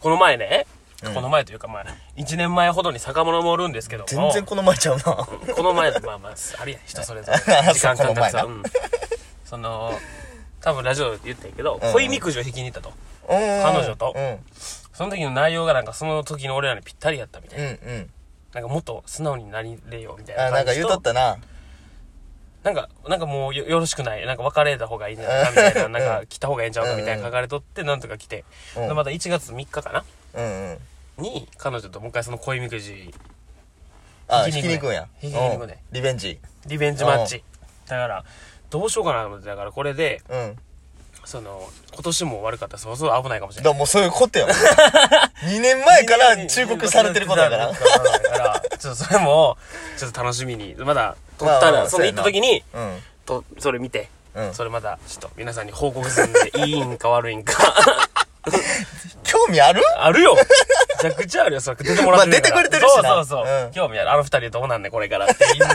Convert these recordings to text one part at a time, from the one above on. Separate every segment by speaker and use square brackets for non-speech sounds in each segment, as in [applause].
Speaker 1: この前ね、
Speaker 2: うん
Speaker 1: この前というかまあ、1年前ほどに坂物もおるんですけども、
Speaker 2: 全然この前ちゃうな。
Speaker 1: この前、まあまあ、あるやん、人それぞれ
Speaker 2: [laughs] あ。
Speaker 1: 時間感覚さ、
Speaker 2: そううこの
Speaker 1: ん。その、多分ラジオで言ったんやけど、
Speaker 2: うん
Speaker 1: 恋みくじを引きに行ったと。
Speaker 2: 彼
Speaker 1: 女と
Speaker 2: うん。
Speaker 1: その時の内容がなんかその時の俺らにぴったりやったみたい
Speaker 2: うん
Speaker 1: な。
Speaker 2: うん。
Speaker 1: なんかもっと素直になりれよみたいな
Speaker 2: あ、なん
Speaker 1: 感
Speaker 2: か
Speaker 1: じ
Speaker 2: 言う
Speaker 1: と。
Speaker 2: とったな。
Speaker 1: なんか、なんかもうよよろしくない。なんか別れた方がいいんじゃないかみたいな。
Speaker 2: うん
Speaker 1: なんか来た方がいいんちゃうかみたい
Speaker 2: うん
Speaker 1: な書かれとって、なんとか来て。
Speaker 2: うん
Speaker 1: でまた1月3日かな
Speaker 2: うんうん。
Speaker 1: に、彼女ともう一回その恋みくじ、
Speaker 2: あ、
Speaker 1: ひ
Speaker 2: ひ
Speaker 1: き
Speaker 2: き
Speaker 1: 肉
Speaker 2: 肉
Speaker 1: ね
Speaker 2: や。
Speaker 1: ひき肉ね
Speaker 2: うんリベンジ。
Speaker 1: リベンジマッチ。だから、どうしようかなと思って、だからこれで、
Speaker 2: うん。
Speaker 1: その、今年も悪かったらそうそう危ないかもしれ
Speaker 2: だ
Speaker 1: な
Speaker 2: か
Speaker 1: い。
Speaker 2: らもうそういうこ
Speaker 1: [laughs]
Speaker 2: とやもん。2年前から忠告されてることやから。
Speaker 1: 忠告されてることだからちょっとそれも、ちょっと楽しみに。まだ、撮った
Speaker 2: まあま
Speaker 1: ら、
Speaker 2: あ
Speaker 1: その行った時に、
Speaker 2: うん。
Speaker 1: と、それ見て、
Speaker 2: うん
Speaker 1: それまた、ちょっと皆さんに報告するんで、いいんか悪いんか。 [laughs]
Speaker 2: 興味ある
Speaker 1: あるよめちゃくちゃあるよ、それ。出てもらってるから。
Speaker 2: まあ出てくれてるしな
Speaker 1: そうそうそう。
Speaker 2: うん
Speaker 1: 興味ある。あの二人どうなんねんこれからって
Speaker 2: [laughs]
Speaker 1: いう。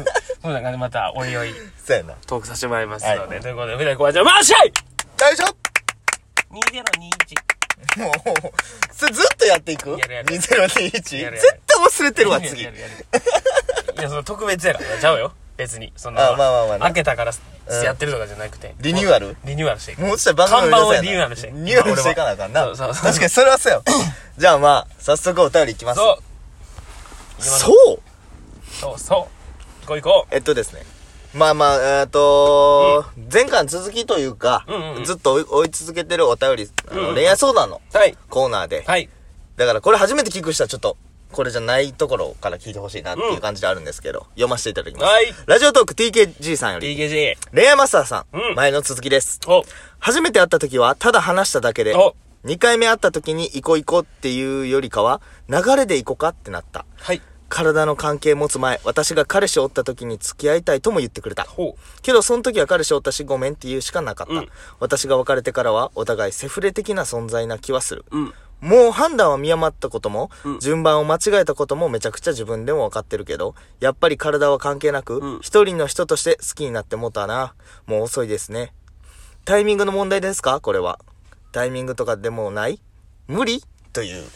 Speaker 1: そうなんかね、また、おいおい、
Speaker 2: そうやな。
Speaker 1: トークさせてもらいますので。
Speaker 2: はい
Speaker 1: ということで、みたいな小林ちゃん、マッシャイ
Speaker 2: 大丈夫
Speaker 1: !2021。
Speaker 2: もう、それずっとやっていく
Speaker 1: やるやる
Speaker 2: ?2021?
Speaker 1: やる
Speaker 2: 絶対忘れてるわ、次。
Speaker 1: やるやるやるいや、その特別やから、ちゃうよ。別に。その、
Speaker 2: あまあまあまあな
Speaker 1: 開けたから
Speaker 2: うん
Speaker 1: やってるとかじゃなくて。
Speaker 2: リニューアル
Speaker 1: リニューアルしていく。
Speaker 2: もうちょっと番組
Speaker 1: 看板を
Speaker 2: そうやな
Speaker 1: リニューアルして
Speaker 2: リニューアルしていかなあかんな。
Speaker 1: そうそうそう
Speaker 2: 確かにそれは
Speaker 1: [laughs]
Speaker 2: そうやわ。じゃあまあ、早速お便りいきます。
Speaker 1: そうう
Speaker 2: そう
Speaker 1: そうそう。行こう行こ
Speaker 2: えっとですね。まあまあ、えっと、前回の続きというか、
Speaker 1: うんうんうん
Speaker 2: ずっと追い追い続けてるお便り、あの
Speaker 1: うんうん
Speaker 2: 恋愛相談の
Speaker 1: う。はい。
Speaker 2: コーナーで、
Speaker 1: はい。
Speaker 2: だからこれ初めて聞く人はちょっと、これじゃないところから聞いてほしいなっていう感じであるんですけど、読ませていただきます。
Speaker 1: はい
Speaker 2: ラジオトーク TKG さんより、
Speaker 1: DKG。
Speaker 2: 恋愛マスターさん、
Speaker 1: うん
Speaker 2: 前の続きです。
Speaker 1: お、
Speaker 2: 初めて会った時は、ただ話しただけで、
Speaker 1: お、
Speaker 2: 2回目会った時に行こう行こうっていうよりかは、流れで行こうかってなった。
Speaker 1: はい。
Speaker 2: 体の関係持つ前、私が彼氏おった時に付き合いたいとも言ってくれた。
Speaker 1: ほ
Speaker 2: けど、その時は彼氏おったしごめんって言うしかなかった。
Speaker 1: うん
Speaker 2: 私が別れてからは、お互いセフレ的な存在な気はする。
Speaker 1: う。うん。
Speaker 2: もう判断は見誤ったことも、
Speaker 1: うん
Speaker 2: 順番を間違えたこともめちゃくちゃ自分でも分かってるけど、やっぱり体は関係なく、
Speaker 1: うん
Speaker 2: 一人の人として好きになってもうたな。もう遅いですね。タイミングの問題ですかこれは。タイミングとかでもない無理という。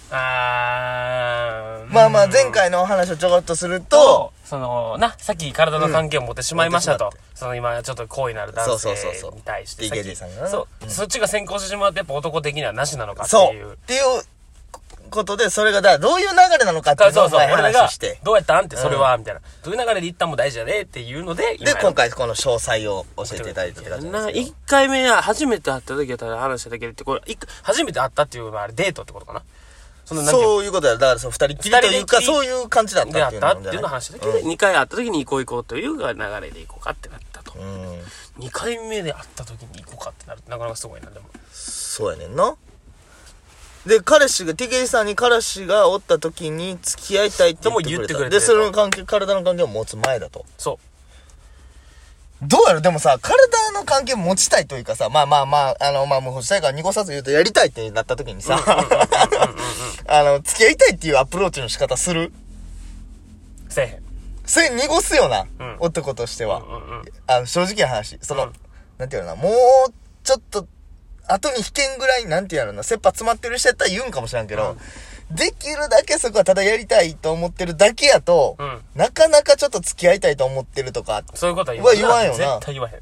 Speaker 1: あー。
Speaker 2: まあまあ
Speaker 1: うん
Speaker 2: 前回のお話をちょこっとすると
Speaker 1: と、、その、な、さっき体の関係を持ってしまいましたと。
Speaker 2: うん
Speaker 1: その今、ちょっと好意のある
Speaker 2: そ
Speaker 1: 男
Speaker 2: うそうそう
Speaker 1: 性
Speaker 2: そう
Speaker 1: に対して。
Speaker 2: DKG
Speaker 1: っき
Speaker 2: さんがな
Speaker 1: そう、そっちが先行してしまうと、やっぱ男的にはなしなのかって
Speaker 2: そう。
Speaker 1: いう。
Speaker 2: っていうことで、それがだからどういう流れなのかって
Speaker 1: そ
Speaker 2: いううの
Speaker 1: そ
Speaker 2: を
Speaker 1: うそう、
Speaker 2: 前
Speaker 1: 俺らが
Speaker 2: 話して、、
Speaker 1: どうやったんって、それは、みたいな。どういう流れで行ったんも大事だねっていうので、
Speaker 2: で、
Speaker 1: や
Speaker 2: 今回この詳細を教えていただいたって感じなん
Speaker 1: な
Speaker 2: ですけ
Speaker 1: 一回目は初めて会った時はただ話しただけでって、これ、一回初めて会ったっていうのはあれデートってことかな。その
Speaker 2: ど
Speaker 1: なんていうの
Speaker 2: そういうことだよ。だからその二人きりというか、
Speaker 1: 二人でき
Speaker 2: そういう感じだったって
Speaker 1: で
Speaker 2: いう
Speaker 1: あったっていうのを話した時で、
Speaker 2: うん
Speaker 1: 2回会った時に行こう行こうという流れで行こうかってなったと。
Speaker 2: うん。
Speaker 1: 2回目で会った時に行こうかってなるってなかなかすごいなでも
Speaker 2: そうやねんな。で、彼氏が、TK さんに彼氏がおった時に付き合いたいって言ってくれた。
Speaker 1: でも言ってくれて
Speaker 2: で、その関係、体の関係を持つ前だと。
Speaker 1: そ
Speaker 2: どうやろでもさ、体の関係持ちたいというかさ、まあまあまあ、あの、まあもうしたいから濁さず言うとやりたいってなった時にさ、 [laughs] あの、付き合いたいっていうアプローチの仕方する
Speaker 1: うせえへん
Speaker 2: それ濁すよな、
Speaker 1: うん
Speaker 2: 男としては。
Speaker 1: うんうん
Speaker 2: あの、正直な話。その、
Speaker 1: うん
Speaker 2: なんていうのかな、もう、ちょっと、後に引けんぐらい、なんていうのかな、切羽詰まってる人やったら言うんかもしれんけど、できるだけそこはただやりたいと思ってるだけやと、
Speaker 1: うん
Speaker 2: なかなかちょっと付き合いたいと思ってるとか、
Speaker 1: そういうことは
Speaker 2: うわ言わんよな
Speaker 1: 絶対言わへ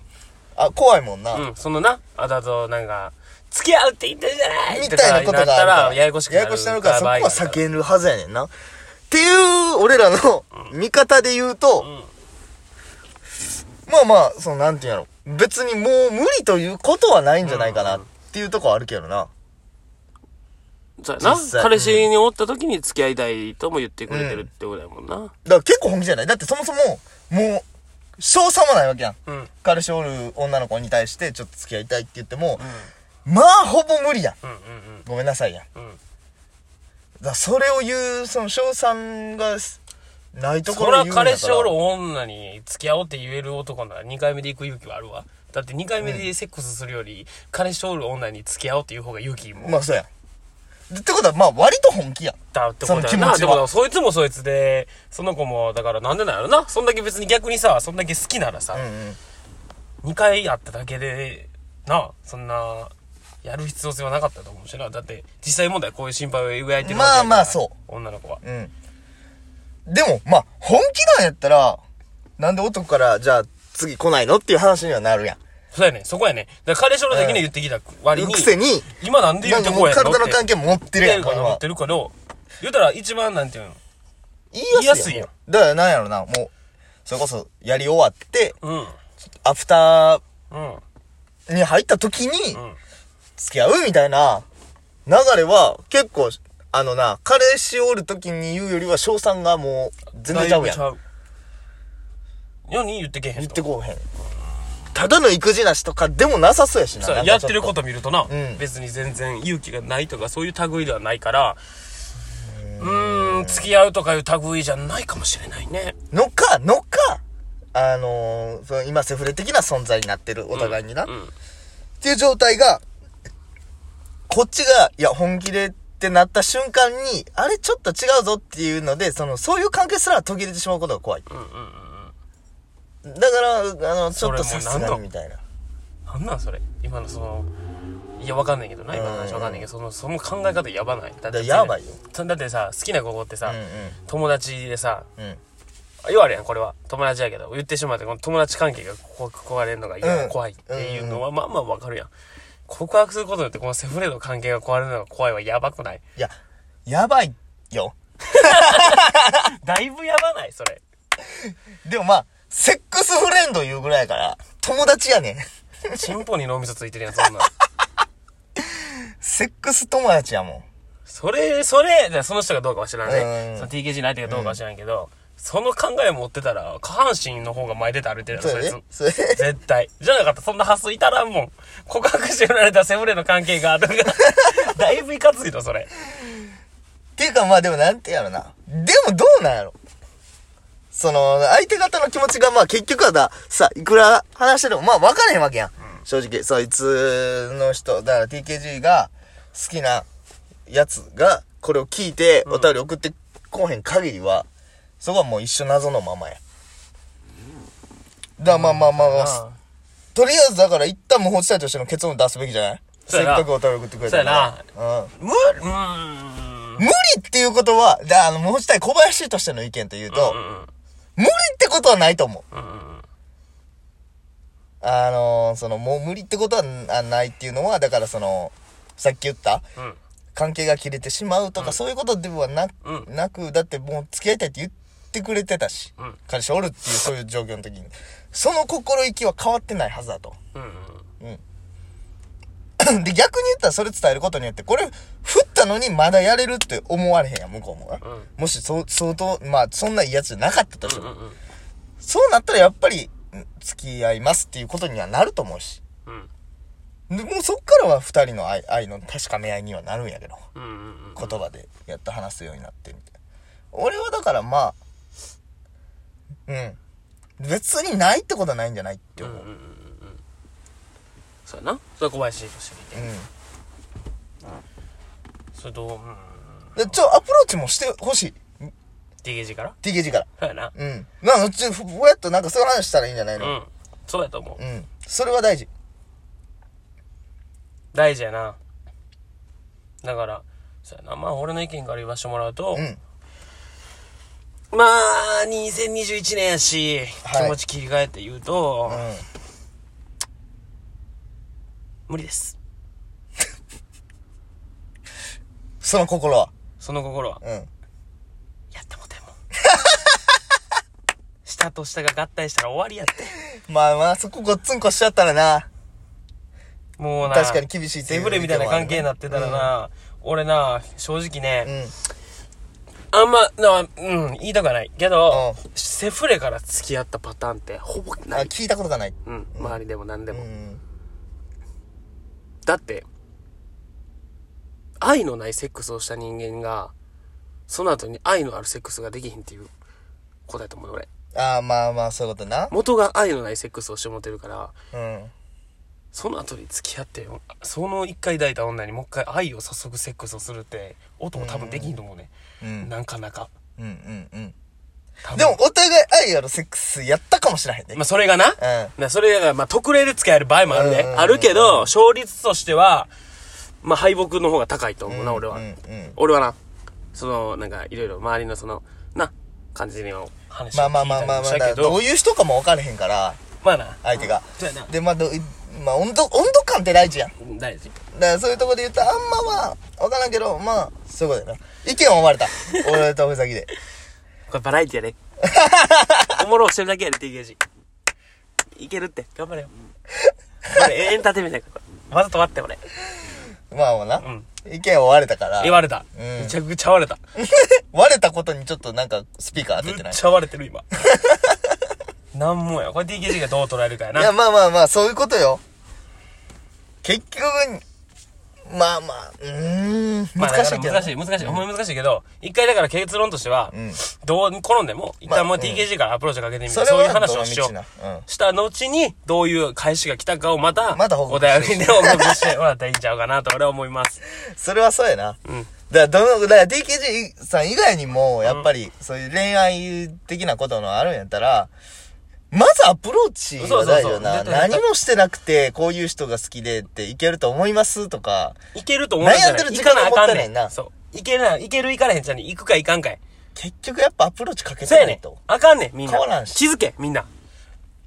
Speaker 2: あ、怖いもんな。
Speaker 1: んうんそのなあだとなんか付き合うって言ってるじゃない
Speaker 2: みたいなことがある
Speaker 1: なった
Speaker 2: から
Speaker 1: ややこしくな
Speaker 2: や
Speaker 1: る
Speaker 2: やこしくなるから、そこは避
Speaker 1: る
Speaker 2: けるはずやねんな。っていう、俺らの見方で言うと、
Speaker 1: ん
Speaker 2: まあまあ、その、なんていうんやろ。別にもう無理ということはないんじゃないかなっていうとこはあるけどな。
Speaker 1: そうやな
Speaker 2: 実際
Speaker 1: 彼氏におった時に付き合いたいとも言ってくれてるってことやもんな
Speaker 2: だから結構本気じゃないだってそもそも、もう、賞賛もないわけやん。
Speaker 1: うん
Speaker 2: 彼氏おる女の子に対してちょっと付き合いたいって言っても、まあほぼ無理やん。
Speaker 1: うんうん
Speaker 2: ごめんなさいやん。だ
Speaker 1: うんうん
Speaker 2: からそれを言う、その賞賛がす、ないとこ
Speaker 1: そ
Speaker 2: ろ
Speaker 1: ら
Speaker 2: を言うんやから。
Speaker 1: 彼氏おる女に付き合おうって言える男なら2回目で行く勇気はあるわだって2回目でセックスするより、彼氏おる女に付き合おうっていう方が勇気も
Speaker 2: まあそうやん。ってことは、まあ割と本気やん。
Speaker 1: だってことや
Speaker 2: その気
Speaker 1: な。
Speaker 2: 持ち
Speaker 1: で
Speaker 2: は
Speaker 1: も、そいつもそいつで、その子も、だからなんでなんやろな。そんだけ別に逆にさ、そんだけ好きならさ、
Speaker 2: うんうん。
Speaker 1: 2回会っただけで、なあ、そんな、やる必要性はなかったと思うしな。だって、実際問題こういう心配を抱いてる
Speaker 2: まあ
Speaker 1: わけやから。
Speaker 2: まあそう
Speaker 1: 女の子は。
Speaker 2: うん。でも、まあ、本気なんやったら、なんで男から、じゃあ、次来ないのっていう話にはなるやん。
Speaker 1: そうやねんそこやねんだから彼氏の時には言ってきた割に、
Speaker 2: くせに、
Speaker 1: 今なんで言
Speaker 2: な
Speaker 1: うんて
Speaker 2: か
Speaker 1: こ
Speaker 2: も
Speaker 1: うや
Speaker 2: う
Speaker 1: んの
Speaker 2: 体の
Speaker 1: って
Speaker 2: 関係持ってるやんか、
Speaker 1: 言
Speaker 2: 今
Speaker 1: ってるけど、言うたら一番なんていうの
Speaker 2: 言
Speaker 1: いやすいやん
Speaker 2: だから、なんやろな、もう、それこそ、やり終わって、
Speaker 1: うん。
Speaker 2: アフター
Speaker 1: うん。
Speaker 2: に入った時に
Speaker 1: ん、
Speaker 2: 付き合うみたいな、流れは、結構、あのな、彼氏おる時に言うよりは、翔さんがもう、全然ちゃうやん。
Speaker 1: だいぶちゃう世に言ってけへんと。
Speaker 2: 言ってこうへん。ただの育児なしとかでもなさそうやしな。
Speaker 1: そう
Speaker 2: なんかちょ
Speaker 1: や
Speaker 2: っ
Speaker 1: ってること見るとな、
Speaker 2: うん
Speaker 1: 別に全然勇気がないとかそういう類ではないからうーん付き合うとかいう類じゃないかもしれないね
Speaker 2: のか、のか、あのーその今セフレ的な存在になってる、お互いにな。
Speaker 1: うん
Speaker 2: っていう状態が、こっちが、いや、本気でってなった瞬間に、あれ、ちょっと違うぞっていうので、その、そういう関係すら途切れてしまうことが怖い。
Speaker 1: うんうんうん
Speaker 2: だから、あの、ちょっと
Speaker 1: それもう
Speaker 2: さす
Speaker 1: 何
Speaker 2: が
Speaker 1: 度
Speaker 2: にみたいな。
Speaker 1: なんなんそれ今のそのいやわかんないけどな今の話わかんないけどそのその考え方やばないだ
Speaker 2: だやばいよ
Speaker 1: そだってさ好きな子ってさ、
Speaker 2: うんうん
Speaker 1: 友達でさ
Speaker 2: うん。
Speaker 1: 言われやんこれは友達やけど言ってしまってこの友達関係がこ壊れるのが
Speaker 2: うん
Speaker 1: 怖いっていうのは、まあまあわかるやん告白することによってこのセフレの関係が壊れるのが怖いはやばくない
Speaker 2: いや、やばいよ。
Speaker 1: だいぶやばないそれ。
Speaker 2: でもまあ、セックスフレンド言うぐらいやから、友達やねん。
Speaker 1: チンポに脳みそついてるやん、そんなん。
Speaker 2: セックス友達やもん。
Speaker 1: それ、それ、だからその人がどうかは知らん
Speaker 2: う
Speaker 1: ね
Speaker 2: ん。
Speaker 1: その TKG の相手がどうかは知らんけど、その考え持ってたら、下半身の方が前出て歩いてるやろ、
Speaker 2: そ
Speaker 1: そ
Speaker 2: う
Speaker 1: い
Speaker 2: や
Speaker 1: つ
Speaker 2: ね。。それ
Speaker 1: 絶対。じゃなかったらそんな発想いたらんもん。告白しておられたセブレの関係があるが、だいぶいかついの、それ。
Speaker 2: っていうかまあでもなんてやろな。でもどうなんやろ。その、相手方の気持ちがまあ結局はだ、さ、いくら話しててもまあ分からへんわけやん。正直、そいつの人、だから TKG が好きなやつがこれを聞いてお便り送ってこうへん限りは、そこはもう一緒謎のままや。だからまあまあまあまあ、
Speaker 1: あ
Speaker 2: とりあえずだから一旦無法地帯としての結論出すべきじゃない
Speaker 1: そう
Speaker 2: せっ
Speaker 1: やな
Speaker 2: かくお便り送ってくれたから
Speaker 1: そう
Speaker 2: うん。
Speaker 1: む、うーん。
Speaker 2: 無理っていうことは、じゃあ、あの、もう一体小林としての意見というと、
Speaker 1: うんうん
Speaker 2: 無理ってことはないと思う。
Speaker 1: うんうん
Speaker 2: あのーその、もう無理ってことはあないっていうのは、だからその、さっき言った、
Speaker 1: うん
Speaker 2: 関係が切れてしまうとか、そういうことではな、
Speaker 1: う
Speaker 2: なく、だってもう付き合いたいって言ってくれてたし、
Speaker 1: うん
Speaker 2: 彼氏おるっていうそういう状況の時に、その心意気は変わってないはずだと。
Speaker 1: うんうん
Speaker 2: で、逆に言ったらそれ伝えることによって、これ、振ったのにまだやれるって思われへんやん、向こうもが。
Speaker 1: うん
Speaker 2: もし、そう、相当、まあ、そんないいやつじゃなかったとしても。
Speaker 1: うんうん
Speaker 2: そうなったらやっぱり、ん付き合いますっていうことにはなると思うし。
Speaker 1: うん
Speaker 2: でもうそっからは二人の愛愛の確かめ合いにはなるんやけど。
Speaker 1: うんうん
Speaker 2: 言葉でやっと話すようになってみたいな。俺はだからまあ、うん。別にないってことはないんじゃないって思う。うん。
Speaker 1: そうやなそれは小林として見てそれとうん
Speaker 2: でちょ、アプローチもしてほしい。
Speaker 1: DKG から
Speaker 2: TKG から。
Speaker 1: そうやな
Speaker 2: うん。なんか、うち、ふぼやっとなんかそういう話したらいいんじゃないの、
Speaker 1: うんそうやと思う
Speaker 2: うん、それは大事。
Speaker 1: 大事やなだからそうやなまあ俺の意見から言わしてもらうと、
Speaker 2: うん。
Speaker 1: まあ2021年やし、
Speaker 2: はい
Speaker 1: 気持ち切り替えて言うと、
Speaker 2: うん。
Speaker 1: 無理です
Speaker 2: その心は。
Speaker 1: その心は
Speaker 2: うん。
Speaker 1: やってもて
Speaker 2: [laughs]
Speaker 1: も下と下が合体したら終わりやって
Speaker 2: まあまあ、そこごっつんこしちゃったらな。
Speaker 1: もうな
Speaker 2: 確かに厳しいって
Speaker 1: セ
Speaker 2: いう
Speaker 1: ブレみたいな関係になってたらな、俺な正直ね、
Speaker 2: うん。
Speaker 1: あんま、な、うん、言いたくはない。けど、
Speaker 2: う
Speaker 1: セフレから付き合ったパターンってほぼ
Speaker 2: あ
Speaker 1: ない。
Speaker 2: 聞いたことがない。
Speaker 1: うん、周りでも何で
Speaker 2: う
Speaker 1: も。
Speaker 2: ん。
Speaker 1: だって、愛のないセックスをした人間が、その後に愛のあるセックスができひんっていう答えと思う俺。
Speaker 2: ああ、まあまあ、そういうことな。
Speaker 1: 元が愛のないセックスをしてもってるから、
Speaker 2: うん。
Speaker 1: その後に付き合って、その一回抱いた女にもう一回愛を注ぐセックスをするって、音も多分できひんと思うね。
Speaker 2: うん。
Speaker 1: なかなか。
Speaker 2: うんうんうん。
Speaker 1: 多分
Speaker 2: でも、、お互い愛あるセックスやったかもしれへんね。
Speaker 1: まあ、それがな、
Speaker 2: うん。
Speaker 1: なそれが、まあ、特例で使える場合もあるね。
Speaker 2: うん
Speaker 1: あるけど、勝率としては、まあ敗北の方が高いと思うな、俺は。
Speaker 2: うんうん。
Speaker 1: 俺はな、その、なんか、いろいろ周りのその、な、感じの話を聞
Speaker 2: まあ
Speaker 1: い
Speaker 2: ま
Speaker 1: た
Speaker 2: あ
Speaker 1: り
Speaker 2: まあまあ
Speaker 1: もし
Speaker 2: まあ、
Speaker 1: た
Speaker 2: だか
Speaker 1: け
Speaker 2: らど
Speaker 1: ど
Speaker 2: う、いう人かも分からへんから、
Speaker 1: まあな、
Speaker 2: 相手が
Speaker 1: そうやな。
Speaker 2: で、まあ、どういまあ、温度、温度感って大事やん。だ
Speaker 1: 大事。
Speaker 2: からそういうとこで言うと、あんままあ、分からんけど、まあ、そういうことやな。意見を生まれた。俺とふざきで。 [laughs]
Speaker 1: これバラエティやね。おもろしてるだけやで、TKG。いけるって、頑張れよ。これエンターテインメントやから。わざと割って、俺。
Speaker 2: まあまあな。
Speaker 1: ん
Speaker 2: 意見を割れたから。
Speaker 1: 言われた。
Speaker 2: うん
Speaker 1: めちゃくちゃ割れた。
Speaker 2: 割れたことにちょっとなんか、スピーカー当
Speaker 1: ぶ
Speaker 2: ててな
Speaker 1: っ
Speaker 2: い。
Speaker 1: ちゃ割れてる、
Speaker 2: [laughs]
Speaker 1: 今。なんもや。これ TKG がどう捉えるかや
Speaker 2: いや、
Speaker 1: な。
Speaker 2: まあまあまあ、そういうことよ。結局、まあまあ、うーん、
Speaker 1: まあ
Speaker 2: 難しいけど。
Speaker 1: 難しい、難しい。ほんまに難しいけど、一回だから結論としては
Speaker 2: ん、
Speaker 1: どう転んでも、一旦もう
Speaker 2: まあうん
Speaker 1: TKG からアプローチをかけてみて、
Speaker 2: それは
Speaker 1: そういう話をしよ
Speaker 2: どの道なうん
Speaker 1: う。した後に、どういう返しが来たかをまた、
Speaker 2: また報
Speaker 1: お
Speaker 2: 告
Speaker 1: 便
Speaker 2: して
Speaker 1: りで報告してもらったらいいんちゃうかなと俺は思います。
Speaker 2: それはそうやな。
Speaker 1: うん。
Speaker 2: だから、どの、だから DKG さん以外にも、やっぱり、そういう恋愛的なことのあるんやったら、まずアプローチが大事よな。
Speaker 1: そうそうそう絶対
Speaker 2: 何もしてなくて、こういう人が好きでっていけると思 [laughs] いますとか、
Speaker 1: いけると思うんじゃ
Speaker 2: 悩
Speaker 1: な
Speaker 2: んで
Speaker 1: い行
Speaker 2: る時間
Speaker 1: かな
Speaker 2: がも
Speaker 1: あ
Speaker 2: った
Speaker 1: か
Speaker 2: いなんい
Speaker 1: ね。
Speaker 2: なん
Speaker 1: そう。いけるな、いけるいかれへんじゃんねん。行くかいかんかい。
Speaker 2: 結局やっぱアプローチかけて
Speaker 1: そうや
Speaker 2: な
Speaker 1: ね
Speaker 2: い
Speaker 1: ん
Speaker 2: と。。
Speaker 1: あかんねん、みんな
Speaker 2: 変わらん。し
Speaker 1: 気づけ、みんな。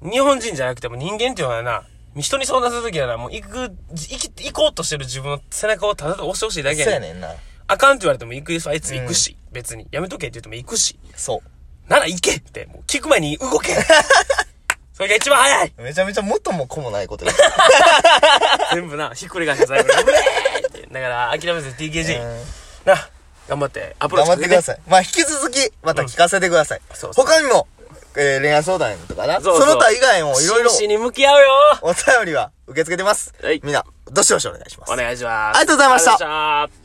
Speaker 1: 日本人じゃなくても人間っていうのはな、人に相談するときはな、もう行く、行き、行こうとしてる自分の背中をただただ押してほしいだけ
Speaker 2: そう
Speaker 1: や
Speaker 2: や
Speaker 1: ねん。
Speaker 2: ねんな。
Speaker 1: あかんって言われても行くし、あいつ行くし、別に。やめとけって言っても行くし。
Speaker 2: そ
Speaker 1: なら行けって、もう聞く前に
Speaker 2: [laughs]。
Speaker 1: 動けそれが一番早いう
Speaker 2: めちゃめちゃ元も子もないことです。
Speaker 1: 全部な、ひっくり返して最後 [laughs] に、うえーってだから諦めず TKG、な、頑張って、アプロー
Speaker 2: 頑
Speaker 1: チ
Speaker 2: 張ってください。まあ、引き続き、また聞かせてください。
Speaker 1: そうそう
Speaker 2: 他にも、えー恋愛相談とかな。
Speaker 1: そうそう
Speaker 2: の他以外もいろいろ
Speaker 1: 真摯に向き合うよ
Speaker 2: お便りは受け付けてます。
Speaker 1: はい
Speaker 2: みんな、どしどしお願いします。
Speaker 1: お願いします。
Speaker 2: ありがとうございました
Speaker 1: ありがとうございました。